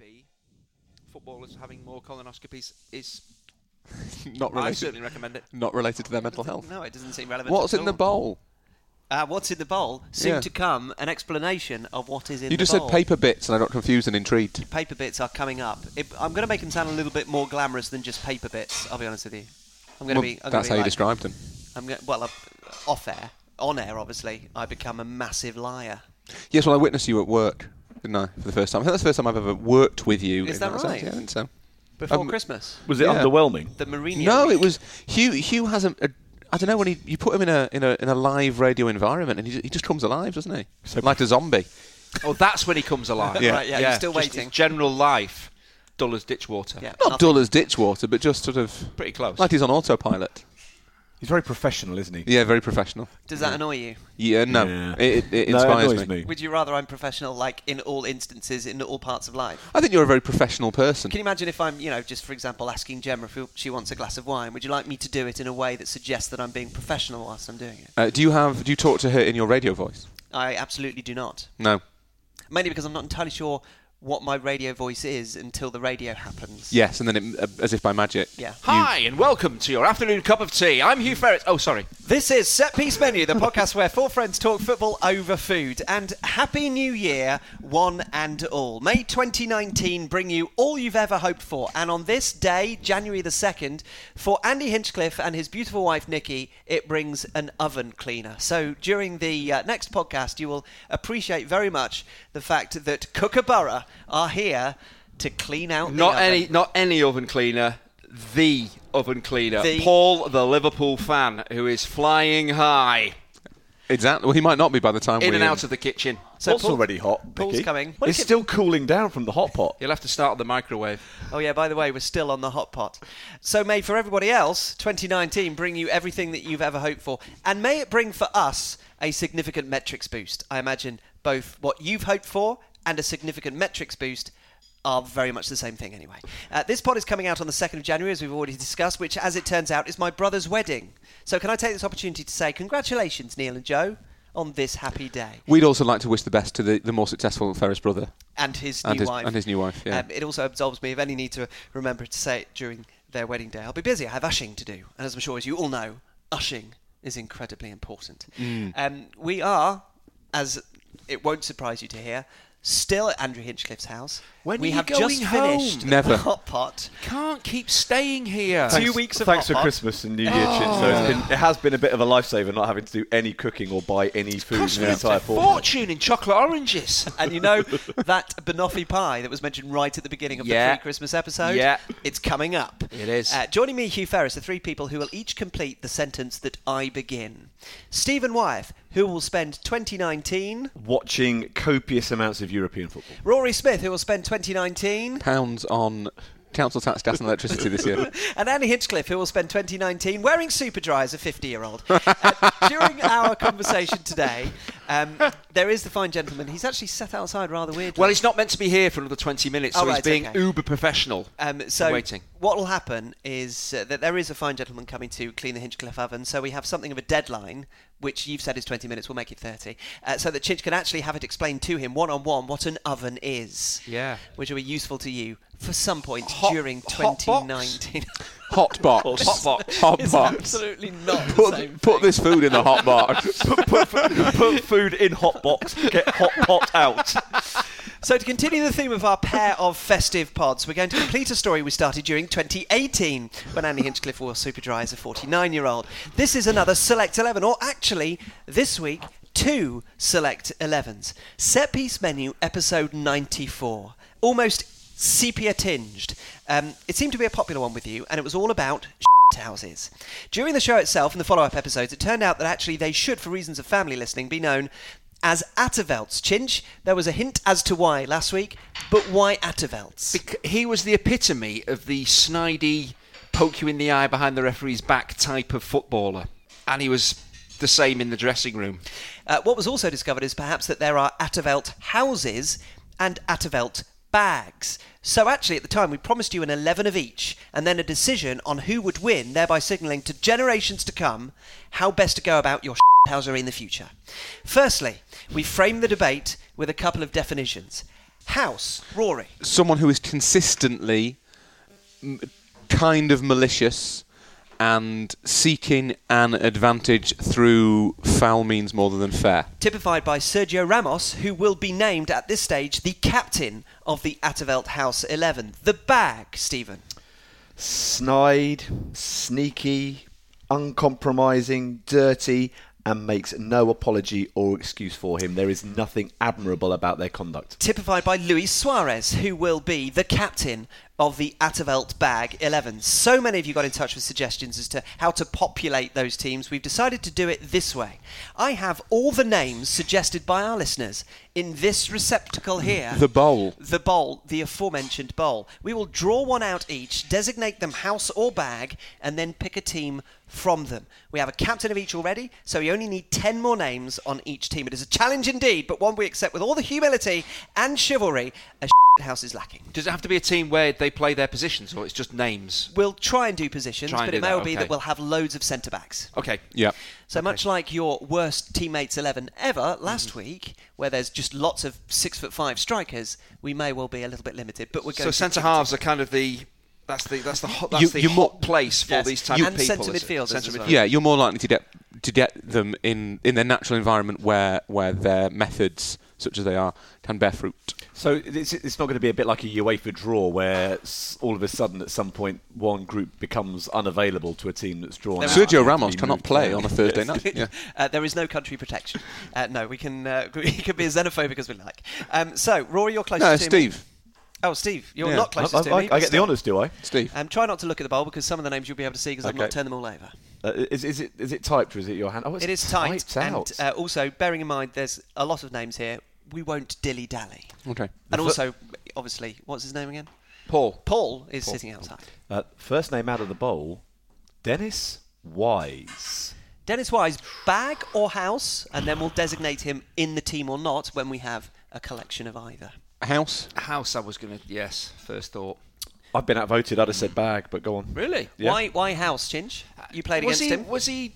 be footballers having more colonoscopies is. not I related. certainly recommend it. Not related to their mental health. No, it doesn't seem relevant. What's at in the all. bowl? Uh, what's in the bowl? Soon Yeah. to come, an explanation of what is in You the just bowl. said paper bits, and I got confused and intrigued. Paper bits are coming up. It, I'm going to make them sound a little bit more glamorous than just paper bits. I'll be honest with you. I'm going to Well, be. I'm gonna that's be how you like- described them. I'm going. Well, uh, off air, on air, obviously, I become a massive liar. Yes, well, I witnessed you at work, didn't I, for the first time? I think that's the first time I've ever worked with you. Is in that sense. right? Yeah, I think so. Before Um, Christmas, Was it Yeah. underwhelming? the Mourinho. No, week. it was Hugh. Hugh has a. a I don't know when he, you put him in a in a in a live radio environment, and he, ju- he just comes alive, doesn't he? So- like a zombie. Oh, that's when he comes alive. Yeah. Right, yeah, you're still just waiting. his general life, dull as ditch water. Yeah, Not nothing. dull as ditch water, but just sort of Pretty close. like he's on autopilot. He's very professional, isn't he? Yeah, very professional. Does that annoy you? Yeah, no, Yeah. it, it, it No, inspires annoys me. Would you rather I'm professional, like in all instances, in all parts of life? I think you're a very professional person. Can you imagine if I'm, you know, just for example, asking Gemma if she wants a glass of wine? Would you like me to do it in a way that suggests that I'm being professional whilst I'm doing it? Uh, do you have? Do you talk to her in your radio voice? I absolutely do not. No. Mainly because I'm not entirely sure what my radio voice is until the radio happens. Yes, and then it, uh, as if by magic. Yeah. Hi, and welcome to your afternoon cup of tea. I'm Hugh Ferret. Oh, sorry. This is Set Piece Menu, the podcast where four friends talk football over food. And Happy New Year, one and all. May 2019 bring you all you've ever hoped for. And on this day, January the 2nd, for Andy Hinchcliffe and his beautiful wife Nikki, it brings an oven cleaner. So during the uh, next podcast, you will appreciate very much the fact that Kookaburra are here to clean out the Not oven. any, not any oven cleaner. The oven cleaner, The- Paul, the Liverpool fan, who is flying high Exactly. Well, he might not be by the time in we um, and out of the kitchen. So Pot's Paul- already hot. Paul's Vicky. coming. Well, It's you- still cooling down from the hot pot. You'll have to start the microwave. Oh yeah, by the way, we're still on the hot pot. So may for everybody else, 2019 bring you everything that you've ever hoped for, and may it bring for us a significant metrics boost. I imagine both what you've hoped for and a significant metrics boost are very much the same thing anyway. Uh, this pod is coming out on the 2nd of January, as we've already discussed, which, as it turns out, is my brother's wedding. So can I take this opportunity to say congratulations, Neil and Joe, on this happy day. We'd also like to wish the best to the, the more successful Ferris brother. and his And new his- wife. and his new wife, yeah. Um, it also absolves me of any need to remember to say it during their wedding day. I'll be busy. I have ushing to do, and as I'm sure as you all know, ushing is incredibly important. Mm. Um, we are, as it won't surprise you to hear, still at Andrew Hinchcliffe's house. When we are you have just going home? finished Never. the hot pot. Can't keep staying here. Two weeks of Thanks hot for pot. Christmas and New Year, Chin. So it's been, it has been a bit of a lifesaver not having to do any cooking or buy any food Cost for me the entire a fortnight. fortune in chocolate oranges. And you know that banoffee pie that was mentioned right at the beginning of Yeah. the pre-Christmas episode? Yeah. It's coming up. It is. Uh, joining me, Hugh Ferris, are three people who will each complete the sentence that I begin. Stephen Wyeth, who will spend 2019. Watching copious amounts of European football. Rory Smith, who will spend 2019. Pounds on council tax, gas, and electricity this year. and Annie Hinchcliffe, who will spend 2019 wearing Superdry as a 50-year-old. Uh, during our conversation today, um, there is the fine gentleman. He's actually sat outside rather weirdly. Well, he's not meant to be here for another 20 minutes, so Oh, right, he's being okay. uber professional. Um, so waiting. what will happen is uh, that there is a fine gentleman coming to clean the Hinchcliffe oven, so we have something of a deadline, which you've said is 20 minutes, we'll make it 30, uh, so that Chinch can actually have it explained to him one-on-one what an oven is. Yeah. Which will be useful to you for some point Hot- during hot box? 2019. Hot box. Hot box. Hot it's box. absolutely not the same Put, put this food in the hot box. put, f- put food in hot box, get hot pot out. So, to continue the theme of our pair of festive pods, we're going to complete a story we started during 2018 when Andy Hinchcliffe wore Superdry as a 49 year old. This is another Select 11, or actually, this week, two Select 11s. Set Piece Menu, episode 94. Almost sepia tinged. Um, it seemed to be a popular one with you, and it was all about houses. During the show itself and the follow up episodes, it turned out that actually they should, for reasons of family listening, be known as Atavelts. Chinch, there was a hint as to why last week, but why Atavelts? Bec- he was the epitome of the snidey, poke you in the eye behind the referee's back type of footballer. And he was the same in the dressing room. Uh, what was also discovered is perhaps that there are Atavelt houses and Atavelt bags. So actually, at the time, we promised you an 11 of each and then a decision on who would win, thereby signalling to generations to come how best to go about your housery in the future. Firstly, we framed the debate with a couple of definitions. House, Rory. someone who is consistently m- kind of malicious and seeking an advantage through foul means more than fair. typified by Sergio Ramos, who will be named at this stage the captain of the Atavelt House 11. The bag, Stephen. snide, sneaky, uncompromising, dirty, and makes no apology or excuse for him. There is nothing admirable about their conduct. Typified by Luis Suarez, who will be the captain of the Atavelt Bag 11. So many of you got in touch with suggestions as to how to populate those teams. We've decided to do it this way. I have all the names suggested by our listeners in this receptacle here. The bowl. the bowl, the aforementioned bowl. We will draw one out each, designate them house or bag, and then pick a team from them. We have a captain of each already, so we only need 10 more names on each team. It is a challenge indeed, but one we accept with all the humility and chivalry a house is lacking. Does it have to be a team where they play their positions, or it's just names? We'll try and do positions, Try and but do it may that, well be okay. that we'll have loads of centre backs. Okay. Mm-hmm. Yeah. So much like your worst teammates eleven ever last week, where there's just lots of six foot five strikers, we may well be a little bit limited. But we're going So to centre halves are kind of the that's the that's the hot, that's You- the you're hot more- place for Yes. these type You- of And people. centre is it? midfielders Centre as well. midfield- Yeah, you're more likely to get to get them in, in their natural environment where where their methods, such as they are, can bear fruit. So it's, it's not going to be a bit like a UEFA draw where s- all of a sudden at some point one group becomes unavailable to a team that's drawn. out and have Sergio to Ramos be cannot moved play around. on a Thursday night. Yeah. uh, there is no country protection. Uh, no, we can uh, we can be as xenophobic as we like. Um, so Rory, you're closest No, to Steve. me. Oh, Steve, you're Yeah. not I, closest I- to I- me. I get the honours, do I? Steve. Um, try not to look at the bowl because some of the names you'll be able to see because I've not Okay. turned them all over. Uh, is, is it is it typed or is it your hand? Oh, it's It is tight, typed out. and uh, also bearing in mind there's a lot of names here. We won't dilly dally. okay. And also, obviously, what's his name again? Paul. Paul is sitting outside. Uh, first name out of the bowl, Dennis Wise. Dennis Wise, bag or house, and then we'll designate him in the team or not when we have a collection of either. House. House. I was gonna. Yes. First thought. I've been outvoted. I'd have said bag, but go on. Really? Yeah. Why? Why house, Chinch? You played was against he, him. Was he?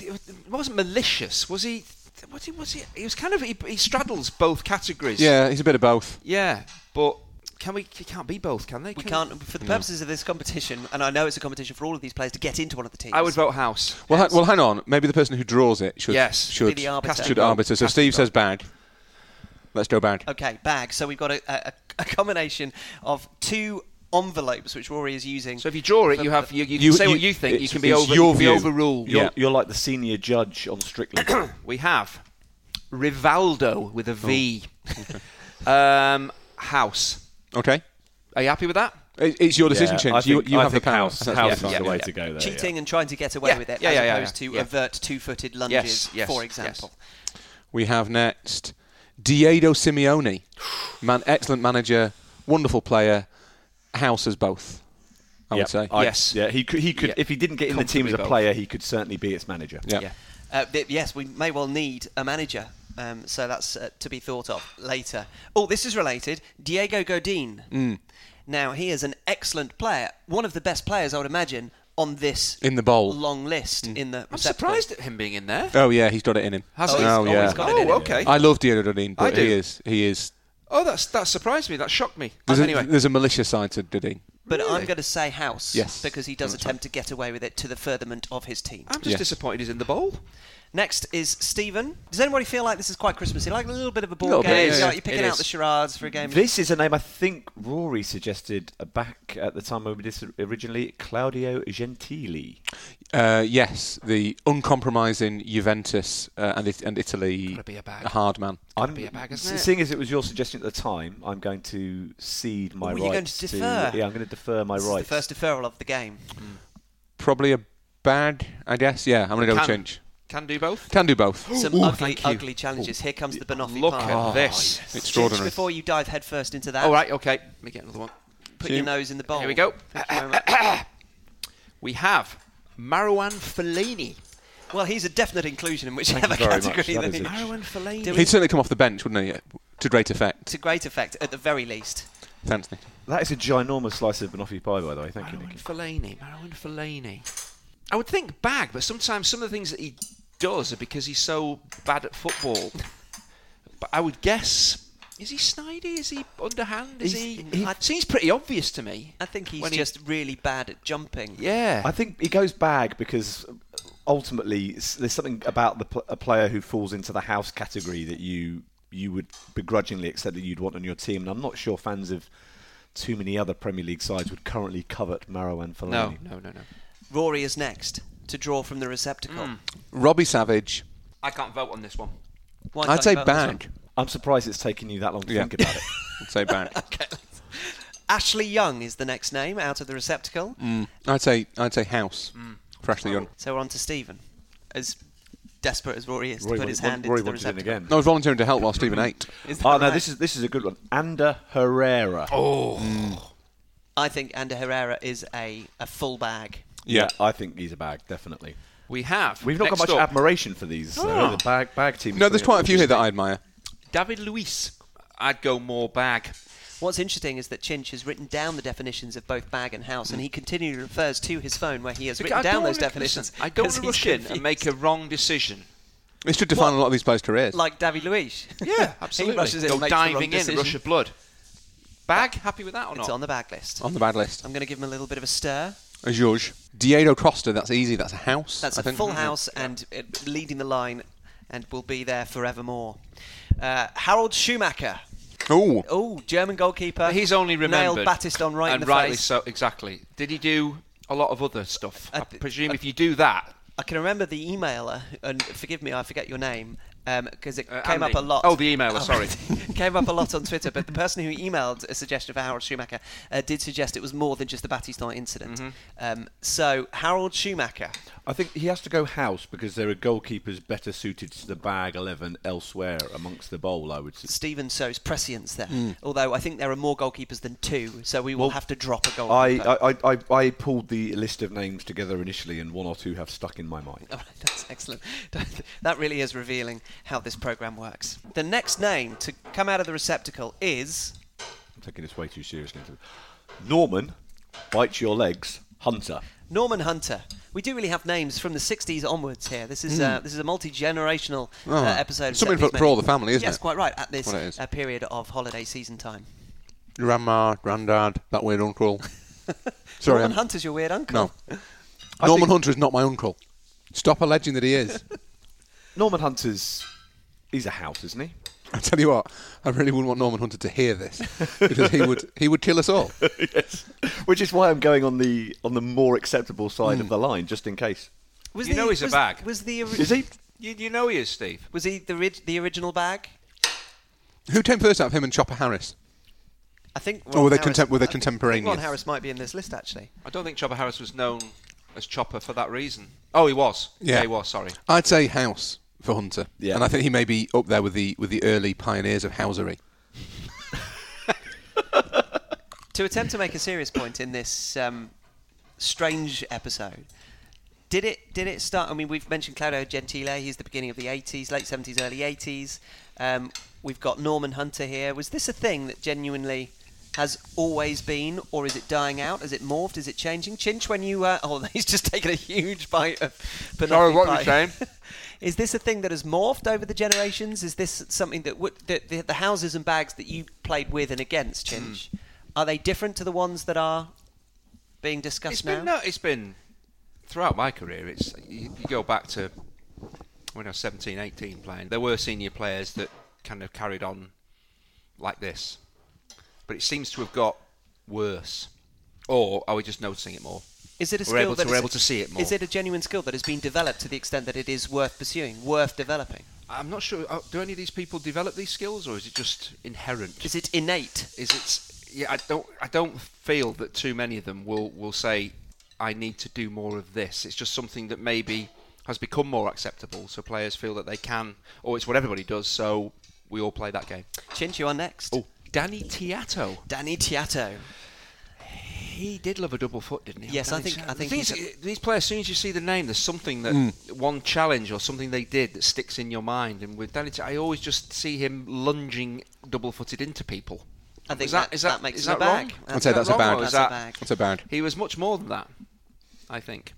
It wasn't malicious. Was he? Was he? Was he? He was kind of. He, he straddles both categories. Yeah, he's a bit of both. Yeah. But can we? He can't be both, can they? We can't, for the Hmm. purposes of this competition, and I know it's a competition for all of these players to get into one of the teams. I would vote House. Well, ha- well, hang on. Maybe the person who draws it should Yes. should Be the arbiter. should arbiter. So Cast Steve vote. says bag. Let's go bag. Okay, bag. So we've got a, a, a combination of two envelopes, which Rory is using. So if you draw it, you have you, you, You- can say you- what you think. You it's- can be it's over. your you can be view. overruled. You're, Yeah. you're like the senior judge on Strictly. We have Rivaldo with a V. Oh. um, house. Okay. Are you happy with that? It- It's your decision, Yeah, Chinch. I you think- you I have the think power. House, That's house what is you yeah, the think. way yeah. to go there. yeah. cheating and trying to get away Yeah, with it, yeah, as yeah, yeah, opposed yeah, to yeah. avert two-footed lunges, Yes, yes, for yes. example. We have next Diego Simeone, man, excellent manager, wonderful player, house as both. I Yeah, would say. I- Yes. Yeah, he could. He could Yeah. If he didn't get in the team as a Comfortably both. player, he could certainly be its manager. yeah. Yeah. Uh, th- yes, we may well need a manager, um, so that's uh, to be thought of later. Oh, this is related. Diego Godin. Mm. Now he is an excellent player, one of the best players I would imagine on this In the bowl. Mm. long list. In the I'm receptacle. surprised at him being in there. Oh yeah, he's got it in him. Has he? oh He's yeah. always got it in him. Oh, okay. I love Diego Dodin, but do. he is he is. Oh, that's that surprised me. That shocked me. There's, anyway, a, there's a malicious side to Dodin. But I'm Really? going to say House Yes. because he does attempt to get away with it to the furtherment of his team. I'm just Yeah. disappointed he's in the bowl. Next is Stephen. Does anybody feel like this is quite Christmassy? Like a little bit of a ball Little bit, game? yeah, You know, yeah. you're picking It out is. the charades for a game. This is a name I think Rory suggested uh, back at the time when we did this originally. Claudio Gentili. Uh, yes, the uncompromising Juventus uh, and it, and Italy Gotta be a bag. hard man. I'm, be a bag, isn't s- it? Seeing as it was your suggestion at the time, I'm going to cede my Oh, rights. you're going to defer. yeah, I'm going to defer my this is rights. the first deferral of the game. Probably a bag, I guess. Yeah, I'm gonna go with Can- change. Can do both. Can do both. Some Ooh, ugly, thank you. Ah, ugly challenges. Here comes the Banoffee Look pie. at this. Just Extraordinary. before you dive headfirst into that, All right, okay. Let me get another one. put your nose in the bowl. Here we go. Thank you very much. We have Marouane Fellaini. well, he's a definite inclusion in whichever very much. category That that is he a- Marouane Fellaini. He'd certainly come off the bench, wouldn't he? To great effect. to great effect, at the very least. Thanks, Nick. That is a ginormous slice of banoffee pie, by the way. Thank you, Marouane Nick. Fellaini. Marouane Fellaini. I would think bag, but sometimes some of the things that he does are because he's so bad at football. But I would guess Is he snidey? Is he underhand? Is He's- he? he- It seems pretty obvious to me. I think he's When he- just really bad at jumping. Yeah. I think he goes back because ultimately s- there's something about the pl- a player who falls into the house category that you you would begrudgingly accept that you'd want on your team, and I'm not sure fans of too many other Premier League sides would currently covet Marouane no, Fellaini. no, no, no. Rory is next to draw from the receptacle. Hmm. Robbie Savage. I can't vote on this one. Why I'd can't say you vote on this one? back. I'm surprised it's taken you that long to Yeah. think about it. I'd say back. Ashley Young is the next name out of the receptacle. I'd say I'd say house. Mm. For Ashley Young. So we're on to Stephen. As desperate as Rory is to Rory put wa- his wa- hand Rory into the wants it in receptacle. again. I was volunteering to help while Stephen Mm. ate. Is that Oh no, right? this is this is a good one. Ander Herrera. I think Ander Herrera is a, a full bag. Yeah. I think he's a bag, definitely. We have. We've not next got much up, admiration for these uh, Ah. the bag bag teams. No, there's quite a few here that I admire. David Luis. I'd go more bag. What's interesting is that Chinch has written down the definitions of both bag and house, and he continually refers to his phone where he has I written don't down those wanna- definitions. listen, I don't 'cause want to he's rush in and confused. make a wrong decision. This should define a lot of these players' careers. like David Luiz. Yeah, absolutely. he rushes in, go and makes the wrong diving in, decision. rush of blood. Bag, happy with that or It's not? Oh. on the bag list. on the bad list. I'm going to give him a little bit of a stir. Azure. Diego Costa, that's easy, that's a house. That's a a full house and uh, leading the line, and will be there forevermore. Uh, Harold Schumacher. Ooh. Oh, German goalkeeper. He's only remembered. Nailed Battiston right and in the rightly face. so. Exactly. Did he do a lot of other stuff? I, I th- presume I- if you do that, I can remember the emailer, and forgive me, I forget your name, because it Uh, came Andy. up a lot. Oh, the emailer, sorry. right. came up a lot on Twitter, but the person who emailed a suggestion for Harold Schumacher uh, did suggest it was more than just the Battiston incident. Mm-hmm. Um, so, Harold Schumacher. I think he has to go house because there are goalkeepers better suited to the bag 11 elsewhere amongst the bowl, I would say. Stephen sows prescience there. Hmm. Although I think there are more goalkeepers than two, so we will have to drop a goalkeeper. I, I, I, I, I pulled the list of names together initially, and one or two have stuck in my mind. All right, that's excellent. that really is revealing how this program works. The next name to come out of the receptacle is I'm taking this way too seriously. Norman, bites your legs, Hunter. Norman Hunter. We do really have names from the 60s onwards here. This is uh, this is a multi-generational uh, Hmm. Oh. episode. of Something Set Piece for- for Menu. all the family, isn't yes, it? quite right. At this What it is. uh, period of holiday season time. Grandma, granddad, that weird uncle. Sorry. Norman I'm- Hunter's your weird uncle. No. Norman Hunter is not my uncle. Stop alleging that he is. Norman Hunter's. He's a house, isn't he? I tell you what, I really wouldn't want Norman Hunter to hear this because he would he would kill us all. yes. Which is why I'm going on the on the more acceptable side of the line, just in case. Was You know he's a was- bag. Was the ori- Is he? you, you know he is, Steve. was he the ri- the original bag? Who came first out of him and Chopper Harris? I think. Or were Ron they Harris- Oh, contem- were they I think contemporaneous? Ron Harris might be in this list actually. I don't think Chopper Harris was known as Chopper for that reason. Oh, he was. Yeah. he was. Sorry. I'd say House for Hunter. Yeah. And I think he may be up there with the with the early pioneers of housery. To attempt to make a serious point in this um, strange episode, did it did it start? I mean, we've mentioned Claudio Gentile. He's the beginning of the '80s, late '70s, early '80s. Um, we've got Norman Hunter here. Was this a thing that genuinely has always been, or is it dying out? Has it morphed? Is it changing? Chinch, when you uh, oh, he's just taken a huge bite of. Sorry, banoffee what were you pie. saying? Is this a thing that has morphed over the generations? Is this something that would, the, the, the houses and bags that you played with and against, Hmm. Chinch, are they different to the ones that are being discussed It's now? been. No, it's been throughout my career. It's you, you go back to when I was 17, 18 playing. There were senior players that kind of carried on like this, but it seems to have got worse. Or are we just noticing it more? Is it a We're skill able to- that we're is- able to see it more. Is it a genuine skill that has been developed to the extent that it is worth pursuing, worth developing? I'm not sure. uh, Do any of these people develop these skills, or is it just inherent? Is it innate? is it's yeah I don't I don't feel that too many of them will will say I need to do more of this. It's just something that maybe has become more acceptable, so players feel that they can, or it's what everybody does. So we all play that game. Chinch, you are next. Oh, Danny Tiato, Danny Tiato. he did love a double foot, didn't he? Yes, I Danny think- Tiato. I think The thing he's Hmm. is, these players. As soon as you see the name, there's something that one challenge or something they did that sticks in your mind. And with Danny, Tiato, I always just see him lunging double footed into people. I think is that, that- is that that, makes is him a that wrong? bag. I'd say Is that that's a wrong, bag. or is That's a that- bag. That's a bad. He was much more than that, I think.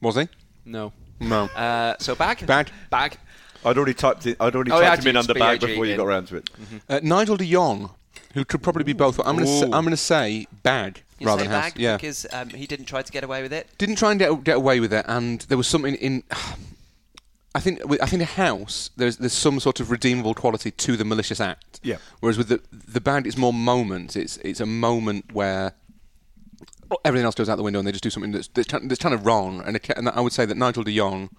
Was he? No. No. Uh, so bag. Bag. Bag. I'd already typed it. I'd already Oh, yeah, typed him in it's under bag BAG before you in. got round to it. Uh, Nigel de Jong, who could probably be both. I'm going to I'm going to say bag You rather say than house. bag Yeah, because um, he didn't try to get away with it. didn't try and get, get away with it, and there was something in. I think with- I think a house there's there's some sort of redeemable quality to the malicious act. Yeah. Whereas with the the bag, it's more moment. It's it's a moment where everything else goes out the window and they just do something that's that's, kind- that's kind of wrong. And, it, ca- and I would say that Nigel De Jong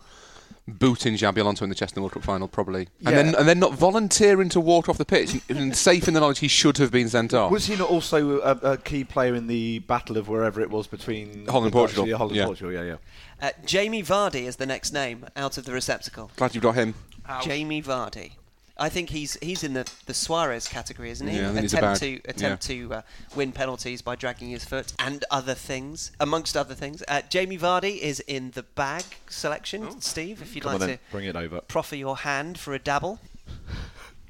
booting Xabi Alonso in the Chester World Cup final probably, and then Yeah. and then not volunteering to walk off the pitch and, and safe in the knowledge he should have been sent off. Was he not also a, a key player in the battle of wherever it was between Holland and Portugal. Yeah, Holland Yeah. and Portugal. Yeah, yeah. Uh, Jamie Vardy is the next name out of the receptacle. Glad you've got him. Jamie Vardy. I think he's he's in the, the Suarez category, isn't he? Yeah, I think he's a attempt bag. to attempt to uh, win penalties by dragging his foot and other things, amongst other things. Uh, Jamie Vardy is in the bag selection. Oh. Steve, if you'd Come like on to then, bring it over. proffer your hand for a dabble.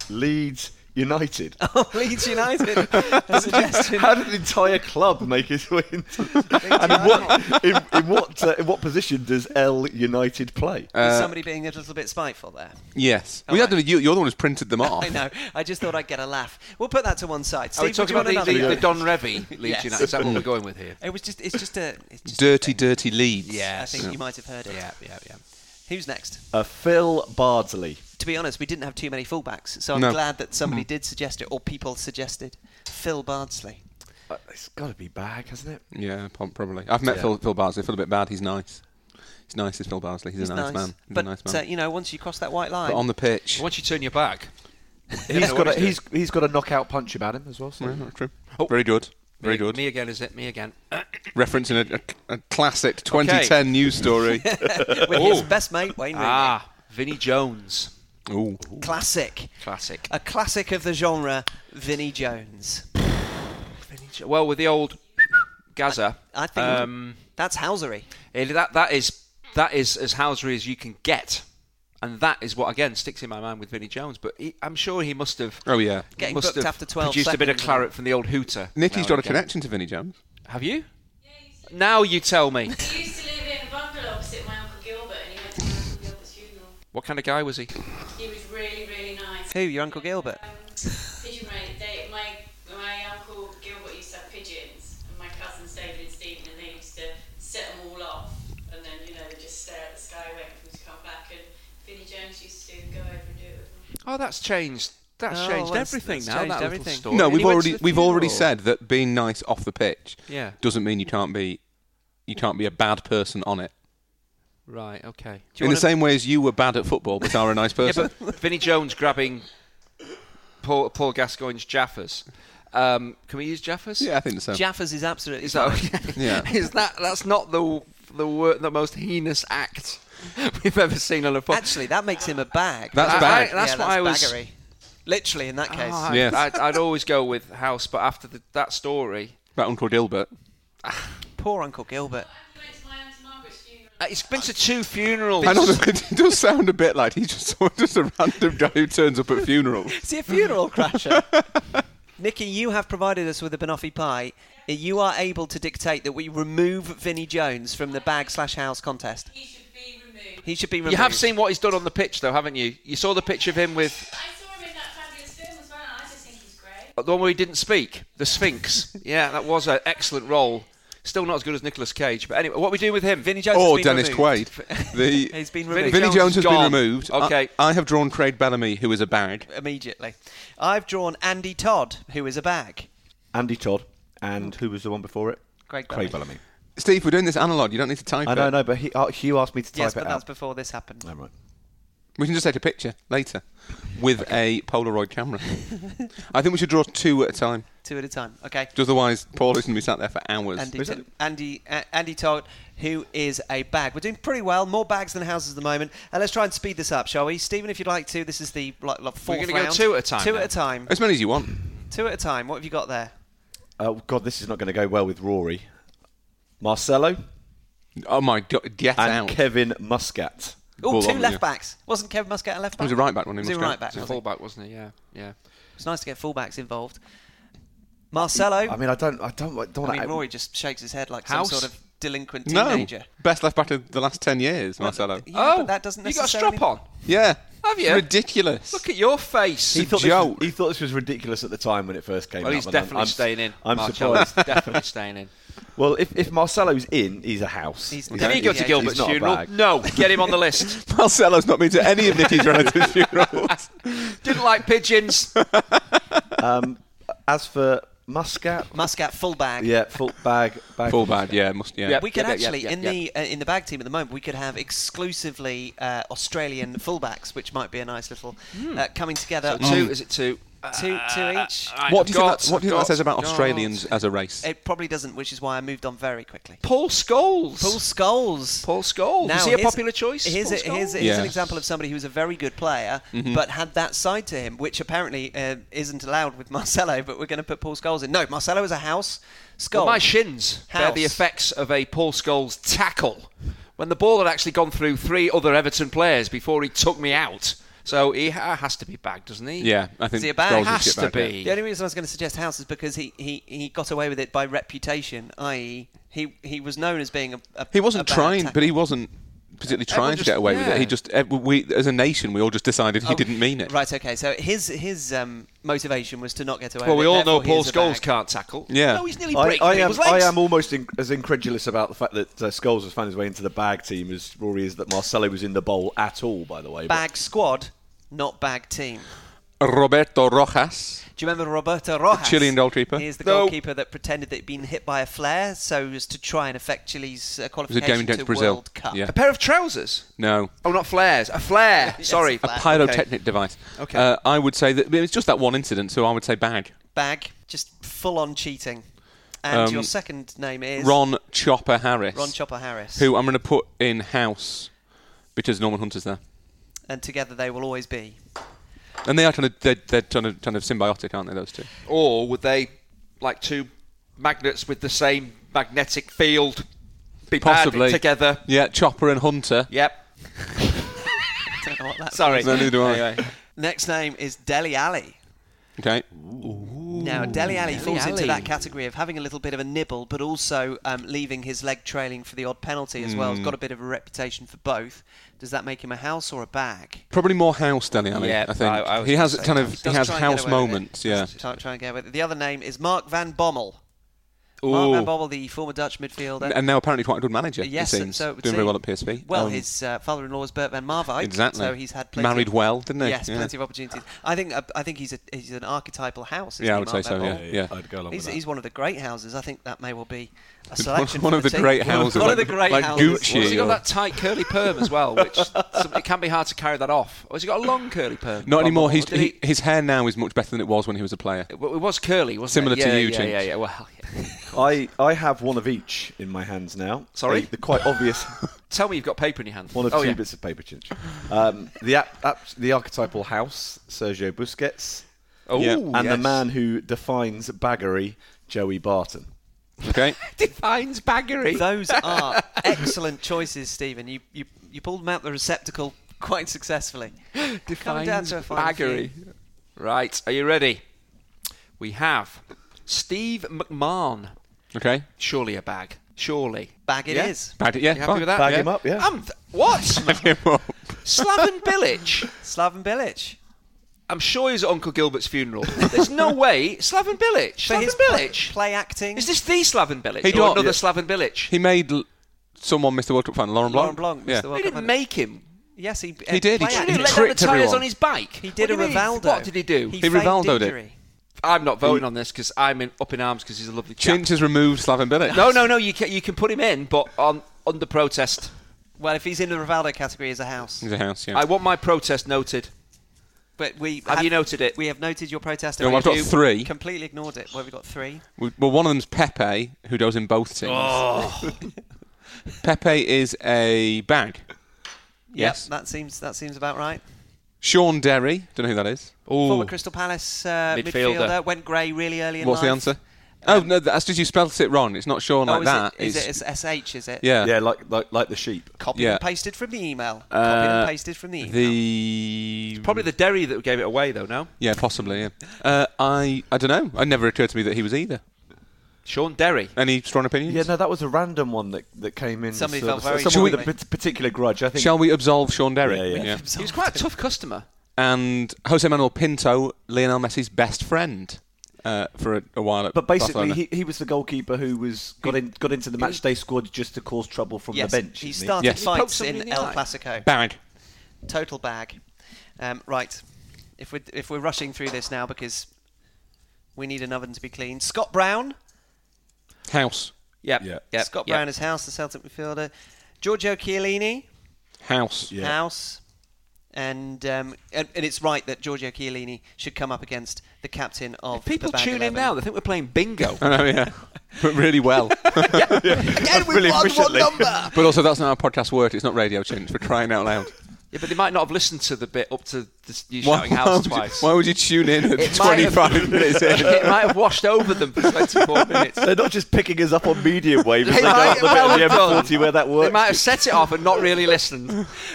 Leeds United. Oh, Leeds United. A suggestion. How did an entire club make its way into? and in what in, in what uh, in what position does L United play? Uh, Is somebody being a little bit spiteful there? Yes. Oh, All we right. had to, you, you're the one who's printed them off. I know. I just thought I'd get a laugh. We'll put that to one side. Are Steve, we would talking you want about the, another? the, the go? Don Revy Leeds Yes. United? Is that what we're going with here? It was just. It's just a. It's just a Dirty, thing. dirty Leeds. I Yes. think you might have heard it. Yeah, yeah, yeah. Who's next? Uh, Phil Bardsley. To be honest, we didn't have too many fullbacks, so I'm No. Hmm. glad that somebody did suggest it or people suggested Phil Bardsley. Uh, it's got to be bag, hasn't it? Yeah, prob- probably. I've met Phil, Phil Barsley. I feel a bit bad. He's nice. He's nice. Is Phil Barsley. He's, He's a nice, man. He's but a nice Uh, man. you know, once you cross that white line, but on the pitch. Once you turn your back, He's got a, he's he's got a knockout punch about him as well. So. Yeah, not true. Very good. Very me, good. Me again, is it? Me again. Referencing a, a, a classic 2010 news story. with his Oh! best mate Wayne Rooney. ah, Vinnie Jones. Ooh. Classic, Classic. a classic of the genre, Vinnie Jones. Vinnie Jo- well, with the old Gaza, I think um, that's Housery. it- that that is that is as Housery as you can get, and that is what again sticks in my mind with Vinnie Jones. But he, I'm sure he must have. Oh, yeah. he Getting must booked have after 12 Produced a bit of seconds. claret from the old hooter. Nicky's got now and a again. connection to Vinnie Jones. Have you? Yeah, he used to- Now you tell me. he used to live in a bungalow opposite my Uncle Gilbert and he went to my Uncle Gilbert's funeral. What kind of guy was he? He was really, really nice. Who, your Uncle Gilbert? Um, pigeon raised. They, my, my Uncle Gilbert used to have pigeons and my cousins David and Stephen and they used to set them all off and then, you know, they just stare at the sky waiting for them to come back and Vinnie Jones used to go over and do it with them. Oh, that's changed. That's Oh, changed that's- everything that's now. changed that little everything. story. No, And he we've went already to the we've already funeral. said that being nice off the pitch Yeah. doesn't mean you can't be you can't be a bad person on it. Right. Okay. In the same way as you were bad at football but are a nice Yeah, person. but Vinnie Jones grabbing Paul, Paul Gascoigne's Jaffers. Um, can we use Jaffers? yeah, I think so. Jaffers is absolutely. Is that okay? Yeah. Is that that's not the the wor- the most heinous act we've ever seen on a football? Actually, that makes him a bag. That's Ah. I- bad. I- that's yeah, what I was. Baggery. Literally, in that case. Oh, I- Yes. I'd, I'd always go with House, but after the, that story, About Uncle Dilbert. Poor Uncle Gilbert. He went to my Auntie Margaret's funeral. Uh, it's been to two funerals. I know that it does sound a bit like he's just just a random guy who turns up at funerals. It's a funeral crasher. Nikki, you have provided us with a banoffee pie. You are able to dictate that we remove Vinnie Jones from the bag slash house contest. He should be removed. He should be removed. You have seen what he's done on the pitch, though, haven't you? You saw the picture of him with I saw him in that fabulous film as well, and I just think he's great. Uh, the one where he didn't speak, the Sphinx. yeah, that was an excellent role. Still not as good as Nicolas Cage, but anyway, what are we doing with him? Vinnie Jones. has Or been Dennis removed. Quaid. The He's been Vinnie removed Vinnie Jones Jones, has gone. been removed. I- Okay. I, have drawn Craig Bellamy, who is a bag. immediately. I've drawn Andy Todd, who is a bag. Andy Todd, and who was the one before it? Craig Craig Bellamy. Bellamy. Steve, we're doing this analog. You don't need to type I it. don't know, but he, uh, Hugh asked me to type Yes, it but out. that's before this happened. Oh, right. We can just take a picture later with a Polaroid camera. I think we should draw two at a time. Two at a time. Okay. 'cause Otherwise, Paul is going to be sat there for hours. Andy, T- Andy, A- Andy Todd, who is a bag. We're doing pretty well. More bags than houses at the moment. And let's try and speed this up, shall we? Stephen, if you'd like to, this is the like, like, fourth gonna go round. two at a time Two now. at a time. As many as you want. Two at a time. What have you got there? Oh God, this is not going to go well with Rory, Marcelo, Oh my God, get and out. Kevin Muscat. Oh, Well, two obviously. left backs. Wasn't Kevin Muscat a left back? was a right back, wasn't He he, was a Muscat? right back. He's a wasn't he? fullback, wasn't he? Yeah, yeah. It's nice to get full backs involved. Marcelo. I I mean, mean, I don't, I don't, I don't. want Rory just shakes his head like House? some sort of delinquent no. teenager. Best left back of the last 10 years, Marcelo. Yeah, oh, but that doesn't you got a necessarily- strap on. Yeah. Have you? Ridiculous. Look at your face. He thought, this was, joke. he thought this was ridiculous at the time when it first came well, out. he's and I'm- definitely I'm- staying in. I'm Marcello's surprised. definitely staying in. Well, if, if Marcelo's in, he's a house. He's You Did know, he go to he's- Gilbert's he's not a funeral? bag. No, get him on the list. Marcelo's not been to any of Nicky's relatives' funerals. Didn't like pigeons. Um, As for Muscat, Muscat full bag. yeah, full bag, bag. Full bad, yeah, must, yeah. We could Yeah, yeah, actually yeah, in yeah. the uh, in the bag team at the moment we could have exclusively uh, Australian fullbacks, which might be a nice little Hmm. uh, coming together. Uh, two, is it two? Uh, Two- two each. What right, I've do you think got- that, what do you think that I've got- says about got- Australians as a race? It probably doesn't, which is why I moved on very quickly. Paul Scholes. Paul Scholes. Paul Scholes. Now, is he a here's- popular choice? Here's, Paul a- here's, a- Scholes? Mm-hmm. here's an Yeah. example of somebody who was a very good player, but had that side to him, which apparently uh, isn't allowed with Marcelo. But we're going to put Paul Scholes in. No, Marcelo is a house. Scholes. Well, my shins bear House. the effects of a Paul Scholes tackle when the ball had actually gone through three other Everton players before he took me out. So he ha- has to be bagged, doesn't he? yeah, I think Is he a bad- Scholes is Has shit to back, be. yeah. The only reason I was going to suggest House is because he, he, he got away with it by reputation, i.e., he, he was known as being a. a He a wasn't bad trying, attacker. but he wasn't particularly Everyone trying to just- get away with yeah. it. He just, ev- we, as a nation, we all just decided he Oh, didn't mean it. Right. Okay. So his his um, motivation was to not get away. Well, with we it, all know therefore he Paul is a Scholes bag. can't tackle. Yeah. No, he's nearly I, breaking I am, people's I legs. am almost in, as incredulous about the fact that uh, Scholes has found his way into the bag team as Rory is that Marcelo was in the bowl at all, by the way. but- Bag squad, not bag team. Roberto Rojas. Do you remember Roberto Rojas? Chilean goalkeeper? He is the No. goalkeeper that pretended that he'd been hit by a flare so as to try and affect Chile's uh, qualification against to Brazil. World Cup. Yeah. A pair of trousers. No. Oh, not flares. A flare. Yes, Sorry. flare. A pyrotechnic device. Okay. Uh, I would say that it's just that one incident, so I would say bag. Bag, just full on cheating. And Um, your second name is Ron Chopper Harris. Ron Chopper Harris. Who I'm going to put in house because Norman Hunter's there. And together they will always be. And they are kind of they're, they're kind of kind of symbiotic, aren't they? Those two. Or would they, like two magnets with the same magnetic field, be bad Possibly. together? Yeah, Chopper and Hunter. Yep. Don't know what that Sorry. No, neither do I. Anyway. Next name is Deli Alley. Okay. Now, Deli Alley falls into Alli. that category of having a little bit of a nibble, but also um, leaving his leg trailing for the odd penalty as well. Hmm. He's got a bit of a reputation for both. Does that make him a house or a bag? Probably more house, Danny Alley. Yeah, I think I- I was he has gonna say kind of house. he Does has try and get house away with it. moments. Yeah. Does try- try and get away with it. The other name is Mark van Bommel. Mark van Ooh. Bommel, the former Dutch midfielder. And now apparently quite a good manager. yes, it and seems so it would doing seem. very well at PSV. Well, Um, his uh, father-in-law is Bert van Marwijk. exactly. So he's had plenty married of, well, didn't he? Yes, yeah. plenty of opportunities. I think uh, I think he's a he's an archetypal house. Isn't Yeah, he, I would say Mark van so. Yeah, Bommel? yeah. I'd go along He's, with that. he's one of the great houses. I think that may well be a selection. one for of the the team. great houses, One of the like- great like houses. Gucci. Well, has he got or- that tight curly perm as well, which some, it can be hard to carry that off. Or has he got a long curly perm? Not anymore. Or He's, did he, his hair now is much better than it was when he was a player. it was curly, wasn't Similar it? to yeah, you, yeah, Chinks. yeah, yeah. Well, yeah. I, I have one of each in my hands now. Sorry? The, the quite obvious tell me you've got paper in your hand. one of two oh, yeah. bits of paper chinch. Um, the, ap- ap- the archetypal house, Sergio Busquets, Oh, Yeah. and the yes. man who defines baggery, Joey Barton. Okay. defines baggery. Those are excellent choices, Stephen. You you you pulled them out the receptacle quite successfully. Coming down defines to a final baggery. Right, are you ready? We have Steve McMahon. Okay. Surely a bag. Surely. Bag it is. yeah? Bad, yeah. You happy fine. with that? Bag yeah. him up, yeah. Um, th- what? Bag him up. Slaven Bilic. Slaven Bilic. I'm sure he's at Uncle Gilbert's funeral. There's no way Slaven Bilic. For Slaven his Bilic. pl- play acting. Is this the Slaven Bilic? He or don't- another yeah. Slaven Bilic? He, He made l- someone Mr. World Cup final, Lauren Blanc. Laurent Blanc, Yeah. Mr. World Cup didn't winner. make him. Yes, he, uh, He did, play he did. He acting. let down the tricked tyres everyone. on his bike. He did What a do you mean? Rivaldo. What did he do? He, He faked Rivaldo'd it. injury. I'm not voting on this because I'm in, up in arms because he's a lovely chap. Chinch has removed Slaven Bilic. No, no, no. You can, you can put him in, but on under protest. Well, if he's in the Rivaldo category as a house, He's a house, yeah. I want my protest noted. but we Have you noted it? We have noted your protest. No, and I've got you three. Completely ignored it. Well, we've got three. We- Well, one of them's Pepe, who does in both teams. Oh. Pepe is a bag. Yes. Yep, that seems that seems about right. Sean Derry, don't know who that is. Former Crystal Palace uh, midfielder. Midfielder. went grey really early in What's the life. answer? Oh no, that's just you spelled it wrong. It's not Sean Oh, like is that. it? Is It's- it it's sh? Is it? yeah. yeah, like, like like the sheep. Copied Yeah. and pasted from the email. Copied and pasted from the email. The Probably the Derry that gave it away, though. No, yeah, possibly. Yeah. Uh, I I don't know. It never occurred to me that he was either. Sean Derry. Any strong opinions? Yeah, no, that was a random one that, that came in. Somebody So- felt so- very someone with a strongly. pat- particular grudge. I think. Shall we absolve Sean Derry? Yeah, yeah. Absolutely. He was quite a tough customer. And Jose Manuel Pinto, Lionel Messi's best friend uh, for a, a while. At But basically, Barcelona. he, he was the goalkeeper who was got in got into the match day squad just to cause trouble from Yes, the bench. he didn't started Yes. He poked fights somebody in in the El eye. Clasico. bag. Total bag. Um, right. If we're, if we're rushing through this now because we need an oven to be cleaned. Scott Brown. House. Yep. Yeah. yep. Scott yep. Brown is house, the Celtic midfielder. Giorgio Chiellini, House. Yeah. house. And, um, and and it's right that Giorgio Chiellini should come up against the captain of If people the bag tune 11. in now, they think we're playing bingo. I know, Oh, yeah. but really well. Again, we won one number. but also, that's not how podcasts work. It's not radio tunes. We're crying out loud. Yeah, but they might not have listened to the bit up to this, you shouting house would you, twice. why would you tune in at It might have- 25 minutes in? it might have washed over them for 24 minutes. They're not just picking us up on medium wave. as They they go might up the bit well on the have done. M40 where that They works. might have set it off and not really listened.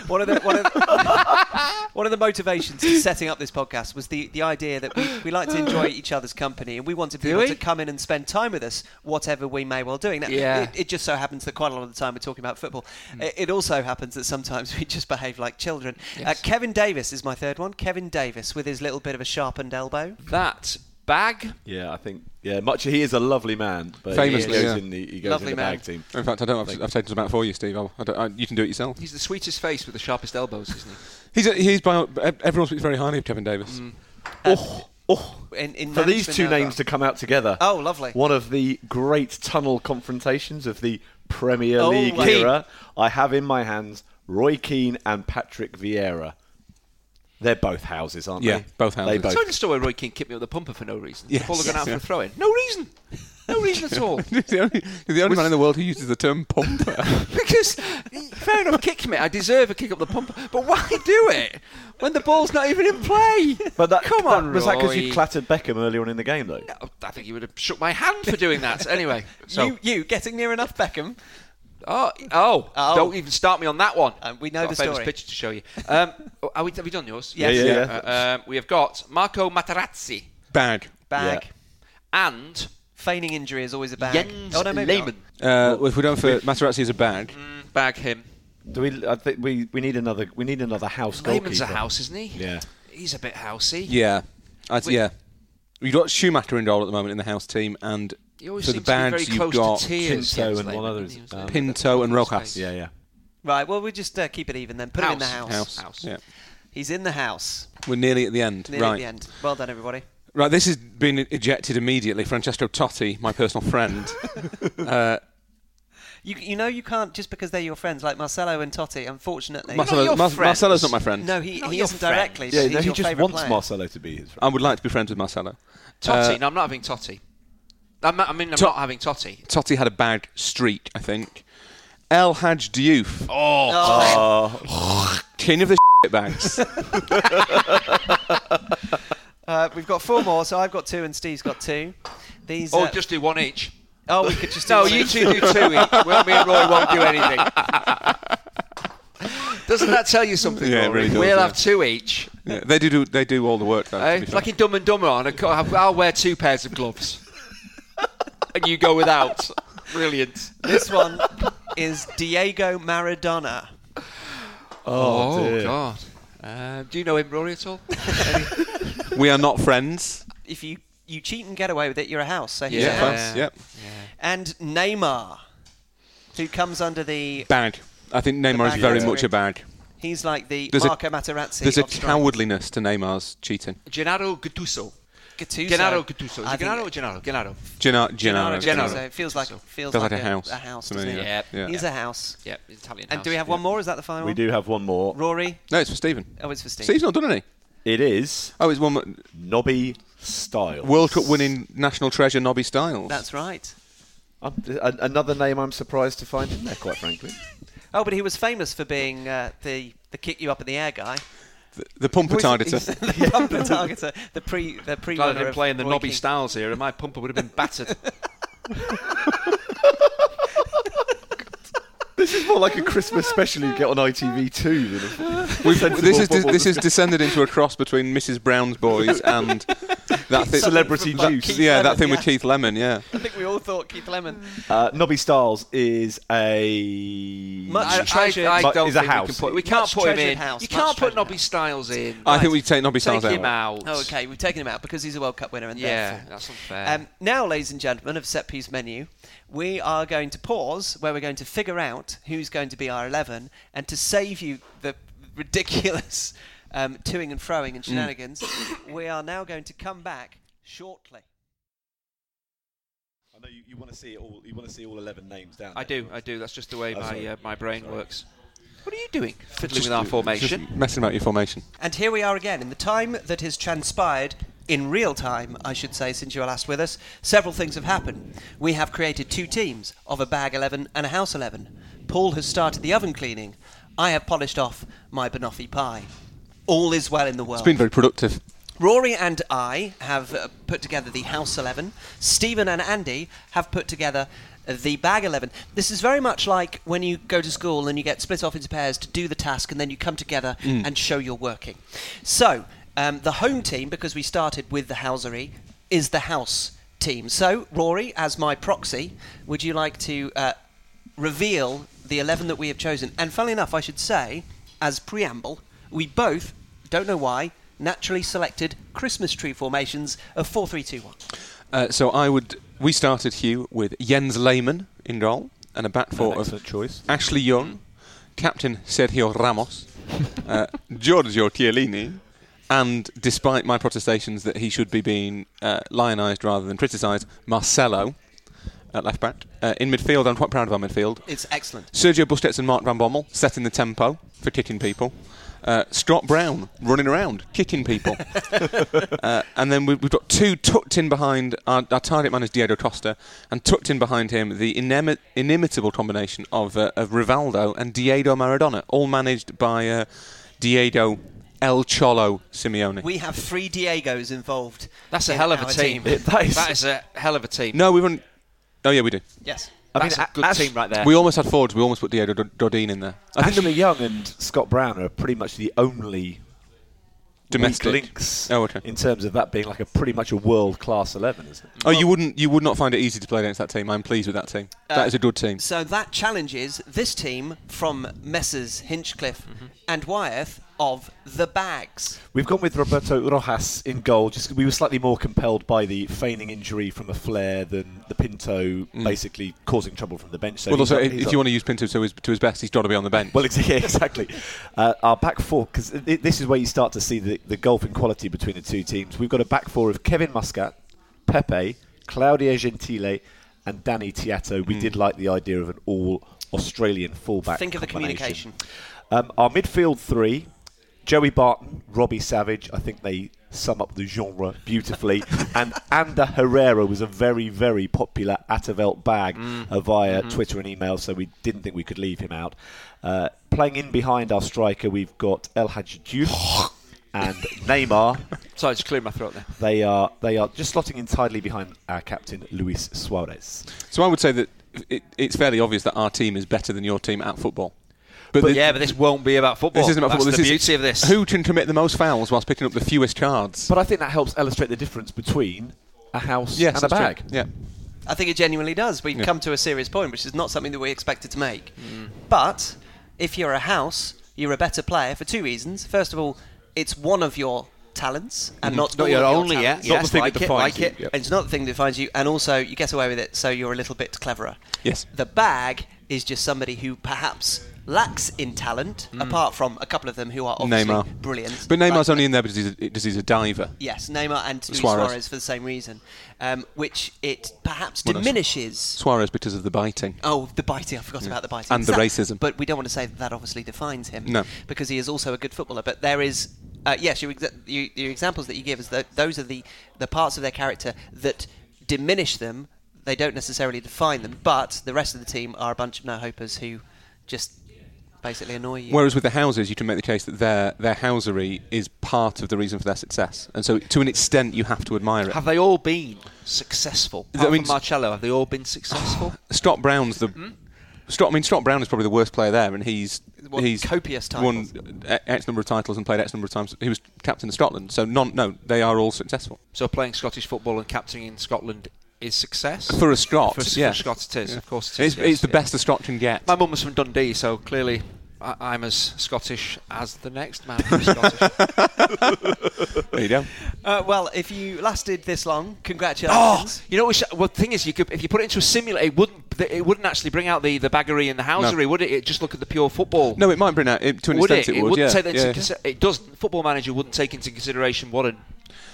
One of the one of the, one of the motivations to setting up this podcast was the, the idea that we, we like to enjoy each other's company and we wanted people we? to come in and spend time with us, whatever we may well doing. Now, Yeah. it, it just so happens that quite a lot of the time we're talking about football. Hmm. It, it also happens that sometimes we just behave like children. Uh, Kevin Davis is my third one. Kevin Davis with his little bit of a sharpened elbow. That bag. Yeah, I think. Yeah, much. He is a lovely man. But Famously, he goes yeah. in the, he goes Lovely in the man. bag team. In fact, I don't. I've, I've taken some out for you, Steve. I'll, I don't, I, you can do it yourself. He's the sweetest face with the sharpest elbows, isn't he? He's a, he's by everyone speaks very highly of Kevin Davis. Mm. Oh, oh. In, in For these management two now, though. names to come out together. Oh, lovely. One of the great tunnel confrontations of the Premier Oh, League wow. era. I have in my hands Roy Keane and Patrick Vieira. They're both houses, aren't Yeah, they? both They houses. both. Tony Story, Roy Keane kicked me up the bumper for no reason. Yes. the ball had gone Yes, out yeah. for a throw in. No reason. No reason at all. He's the only, he's the only man in the world who uses the term pumper. because, fair enough, kick me. I deserve a kick up the pumper. But why do it when the ball's not even in play? But that, Come that- on, was that because you Roy. clattered Beckham earlier on in the game, though? I think you would have shook my hand for doing that. Anyway, so You, you getting near enough, Beckham? Oh, oh, Oh. Don't even start me on that one. Um, we know got the a famous story. picture to show you. Um, oh, are we, have we done yours? Yes. Yeah, yeah, Uh, um, we have got Marco Materazzi Bag. Bag. Yeah. and Feigning injury is always a bag. Jens oh, no, maybe not. Lehmann. Uh, well, if we don't for Materazzi as a bag, Mm, bag him. Do we? I think we, we need another. We need another house Lehmann's a goalkeeper. house, isn't he? Yeah. He's a bit housey. yeah, I'd, We- yeah. You've got Schumacher in goal at the moment in the house team, and He always for the seems to be bags very you've close got to tears. Pinto Jens and one Lehmann, other is- isn't he? um, Pinto and Rojas. Yeah, yeah. Right, well, we'll just uh, keep it even then. Put him in the house. House. House. Yeah. He's in the house. We're nearly at the end. Nearly right. at the end. Well done, everybody. Right, this has been ejected immediately. Francesco Totti, my personal friend. uh, You, you know you can't just because they're your friends like Marcelo and Totti. Unfortunately, Marcelo, your Mar- friends. Marcelo's not my friend. no, he, Not he your isn't directly. Yeah, but no, he's he your just favourite wants player. Marcelo to be his friend. I would like to be friends with Marcelo. Totti. Uh, no, I'm not having Totti. I'm not, I mean, I'm To- not having Totti. Totti had a bad streak, I think. El Haj Diouf, Oh, king of the shit bags. uh, we've got four more, so I've got two and Steve's got two. These. Or uh, Oh, just do one each. oh, we could just. do No, one you each. two do two each. Well, me and Roy won't do anything. Doesn't that tell you something? Yeah, it Rory? really does, we'll yeah. have two each. Yeah, they do, do they do all the work though. Eh? to be fair. like in Dumb and Dumber, on a co- I'll wear two pairs of gloves, and you go without. Brilliant. This one is Diego Maradona. Oh, God. Uh, do you know him, Rory, at all? we are not friends. If you you cheat and get away with it, you're a house. So he's Yeah. a Yeah, house. France, yep. And Neymar, who comes under the Bag. I think bag Neymar is very category. much a bag. he's like the There's a- Marco Materazzi. There's a of strikers. cowardliness to Neymar's cheating. Gennaro Gattuso. Gattuso. Gennaro Gattuso. Is I it think- Gennaro or Gennaro? Gennaro. Gennaro, Gennaro, Gennaro, Gennaro. Gennaro. So it feels like feels Feels like, like a house A house to doesn't me, it? yeah. Yeah. He's a house. Yeah, Italian. And house. do we have one more? Is that the final? We one? do have one more. Rory. No, it's for Stephen. Oh, it's for Steve. Steve's not done any. It is Oh, it's one mo- Nobby Styles. World Cup winning national treasure, Nobby Styles. That's right. I'm, a, another name I'm surprised to find in there, quite frankly. Oh, but he was famous for being uh, the the kick you up in the air guy, the, the pumper targeter. the bumper targeter, the pre the pre. Glad I didn't play in the knobby styles here, and my pumper would have been battered. This is more like a Christmas special you get on ITV2 than a We've, this is football this is discussion. descended into a cross between Mrs. Brown's Boys and that thing, Celebrity Something from juice. Keith yeah, that Lemon, thing with yeah. Keith Lemon, yeah. I think we all thought Keith Lemon. Uh, Nobby Styles is a Much I, treasured. I, I But don't it's a think we can house. put. We can't Much put him treasured in. house, you much can't put treasured Nobby house. Styles in. I think we take Nobby take Styles him out. out. Oh, okay. We've taken him out because he's a World Cup winner, and Yeah, therefore. that's unfair. Um, now, ladies and gentlemen of Set Piece Menu, we are going to pause where we're going to figure out who's going to be our 11 and to save you the ridiculous um, toing and froing and shenanigans, we are now going to come back shortly. I know you, you want to see it all. You want to see all eleven names down. I do, I do. That's just the way Oh, my sorry. uh, my brain works. What are you doing? Fiddling Just- with our just formation. messing about your formation. And here we are again in the time that has transpired. In real time, I should say, since you were last with us, several things have happened. We have created two teams of a bag 11 and a house 11. Paul has started the oven cleaning. I have polished off my banoffee pie. All is well in the world. It's been very productive. Rory and I have uh, put together the House 11. Stephen and Andy have put together uh, the Bag 11. This is very much like when you go to school and you get split off into pairs to do the task and then you come together and show you're working. So, um, the home team, because we started with the housery, is the house team. So, Rory, as my proxy, would you like to uh, reveal the 11 that we have chosen? And funnily enough, I should say, as preamble, we both, don't know why, naturally selected Christmas tree formations of 4321. Uh, so I would. We started Hugh with Jens Lehmann in goal and a back four of excellent choice. Ashley Young, captain Sergio Ramos, uh, Giorgio Chiellini, and despite my protestations that he should be being uh, lionised rather than criticised, Marcelo at left back uh, in midfield. I'm quite proud of our midfield. It's excellent. Sergio Busquets and Mark Van Bommel setting the tempo for kicking people. Uh, Scott Brown running around, kicking people. uh, and then we, we've got two tucked in behind our, our target man is Diego Costa, and tucked in behind him the inimi- inimitable combination of, uh, of Rivaldo and Diego Maradona, all managed by uh, Diego El Cholo Simeone. We have three Diegos involved. That's a in hell of a our team. That is- that is a hell of a team. no, we haven't. Oh, yeah, we do. Yes. That's a good team right there. We almost had Fords, we almost put Diego D- Dodine in there. I think Ashley Young and Scott Brown are pretty much the only domestic. weak links Oh, okay. in terms of that being like a pretty much a world class eleven, isn't it? Oh, you wouldn't. You would not find it easy to play against that team. I'm pleased with that team. that is a good team. Uh, So that challenges this team from Messrs. Hinchcliffe Mm-hmm. and Wyeth of the Bags. We've gone with Roberto Rojas in goal. Just we were slightly more compelled by the feigning injury from a flare than the Pinto basically causing trouble from the bench. So Mm. Well, he's also, up- if, he's if up- you want to use Pinto to his, to his best, he's got to be on the bench. Well, ex- yeah, exactly. Uh, our back four, because this is where you start to see the, the gulf in quality between the two teams. We've got a back four of Kevin Muscat, Pepe, Claudia Gentile, and Danny Tiato. We did like the idea of an all Australian fullback. Think of the communication. combination. Um, our midfield three Joey Barton, Robbie Savage. I think they sum up the genre beautifully. and Ander Herrera was a very, very popular Atavelt bag Mm. uh, via Mm-hmm. Twitter and email, so we didn't think we could leave him out. Uh, playing in behind our striker, we've got El Hadji Diouf and Neymar. Sorry, just clear my throat there. They are they are just slotting in tidily behind our captain Luis Suarez. so I would say that it, it's fairly obvious that our team is better than your team at football. But, the- yeah, but this won't be about football. this isn't about That's football. the this is beauty of this. Who can commit the most fouls whilst picking up the fewest cards? But I think that helps illustrate the difference between a house yes, and a that's bag. true. Yeah. I think it genuinely does. We've Yeah. come to a serious point, which is not something that we expected to make. But if you're a house, you're a better player for two reasons. First of all, it's one of your talents and not, Not all your of only, yeah. talents. Yes, the thing like that it, defines like you. it. Yep. It's not the thing that defines you, and also you get away with it, so you're a little bit cleverer. Yes. The bag is just somebody who perhaps lacks in talent, apart from a couple of them who are obviously Neymar. brilliant. But Neymar's Like- only in there because he's a, because he's a diver. Yes, Neymar and Luis Suarez. Suarez. for the same reason, um, which it perhaps Well, that's- diminishes. Suarez because of the biting. Oh, the biting! I forgot about the biting And the So- racism. But we don't want to say that that obviously defines him. No. because he is also a good footballer. But there is, uh, yes, your, exa- you, your examples that you give is that those are the the parts of their character that diminish them. They don't necessarily define them. But the rest of the team are a bunch of no hopers who just basically annoy you. Whereas with the houses, you can make the case that their their housery is part of the reason for their success, and so to an extent, you have to admire it. Have they all been successful? I Apart I mean- Marcello, have they all been successful? Scott Brown's the Stott, I mean, Stott Brown is probably the worst player there, and he's Won he's copious won e, x number of titles and played x number of times. He was captain of Scotland, so non, no, they are all successful. So playing Scottish football and captaining Scotland is success For a Scot, For, yeah. for Scots it is, Yeah. of course. It is, It's, it's yes, the yeah. best the Scot can get. My mum was from Dundee, so clearly I, I'm as Scottish as the next man who's Scottish. There you go. Uh, well, if you lasted this long, Oh, congratulations. you know what? Well, the thing is, you could if you put it into a simulator, it wouldn't it wouldn't actually bring out the the baggery and the housery, would it? It just look at the pure football. No, it might bring out it, to an would it? extent. It, would. not yeah, take that into yeah. consi- It does. Football manager wouldn't take into consideration what a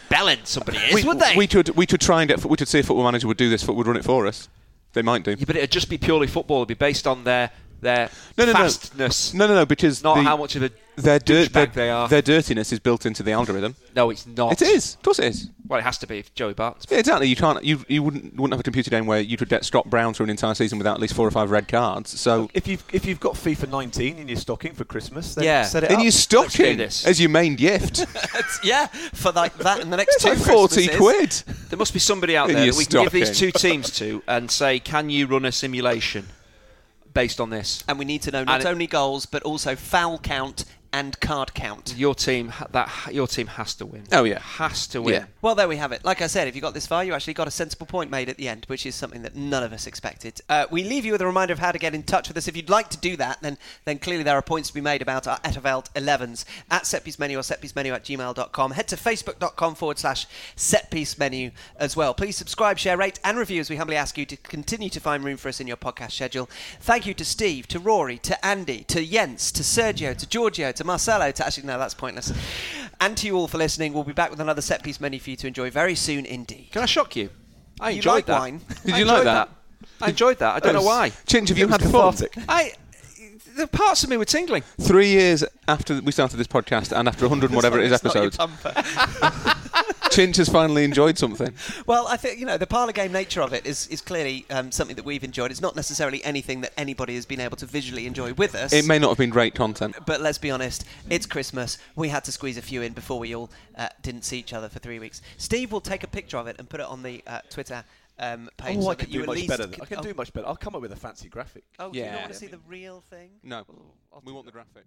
bellend somebody is, We- would they? We could we could try and get we could see if football manager would do this, but would run it for us. They might do. Yeah, but it'd just be purely football. It'd be based on their their No, no, no. fastness, No, no, no, because not the- how much of a their dirt, their, douchebag they are. their dirtiness is built into the algorithm. No, it's not. It is, of course, it is. Well, it has to be if Joey Barton's. Yeah, exactly. You can't. You, you wouldn't wouldn't have a computer game where you could get Scott Brown through an entire season without at least four or five red cards. So If you've if you've got FIFA 19 in your stocking for Christmas, then Yeah. set it in up. Oh, your stocking this. as your main gift, It's- yeah, for like that and the next it's two like forty Christmases. quid. There must be somebody out In there your that we can give these stocking. two teams to and say, can you run a simulation based on this? And we need to know not And it- only goals but also foul count and card count. Your team ha- that your team has to win. Oh, yeah. has to win. Yeah. Well, there we have it. Like I said, if you got this far, you actually got a sensible point made at the end, which is something that none of us expected. Uh, we leave you with a reminder of how to get in touch with us. If you'd like to do that, then then clearly there are points to be made about our Etterveld 11s at setpiecemenu or setpiecemenu at gmail.com. Head to facebook.com forward slash setpiecemenu as well. Please subscribe, share, rate, and review as we humbly ask you to continue to find room for us in your podcast schedule. Thank you to Steve, to Rory, to Andy, to Jens, to Sergio, to Giorgio, to Marcelo, to actually, no, that's pointless. And to you all for listening. We'll be back with another set piece menu for you to enjoy very soon indeed. Can I shock you? I You enjoyed like that. wine? Did I you like enjoyed that? I enjoyed that. I don't know why. Chinch, have you had fun? cathartic. I the parts of me were tingling. Three years after we started this podcast and after 100 and whatever it is It's not your episodes, bumper. Chinch has finally enjoyed something. well, I think you know the parlor game nature of it is is clearly um, something that we've enjoyed. It's not necessarily anything that anybody has been able to visually enjoy with us. It may not have been great content. but let's be honest, it's Christmas. We had to squeeze a few in before we all uh, didn't see each other for three weeks. Steve will take a picture of it and put it on the uh, Twitter um, page. Oh, so I that can you do at much least better. than- I oh, can do much better. I'll come up with a fancy graphic. Oh, do you Yeah. not want to see the real thing? No, we want the graphic.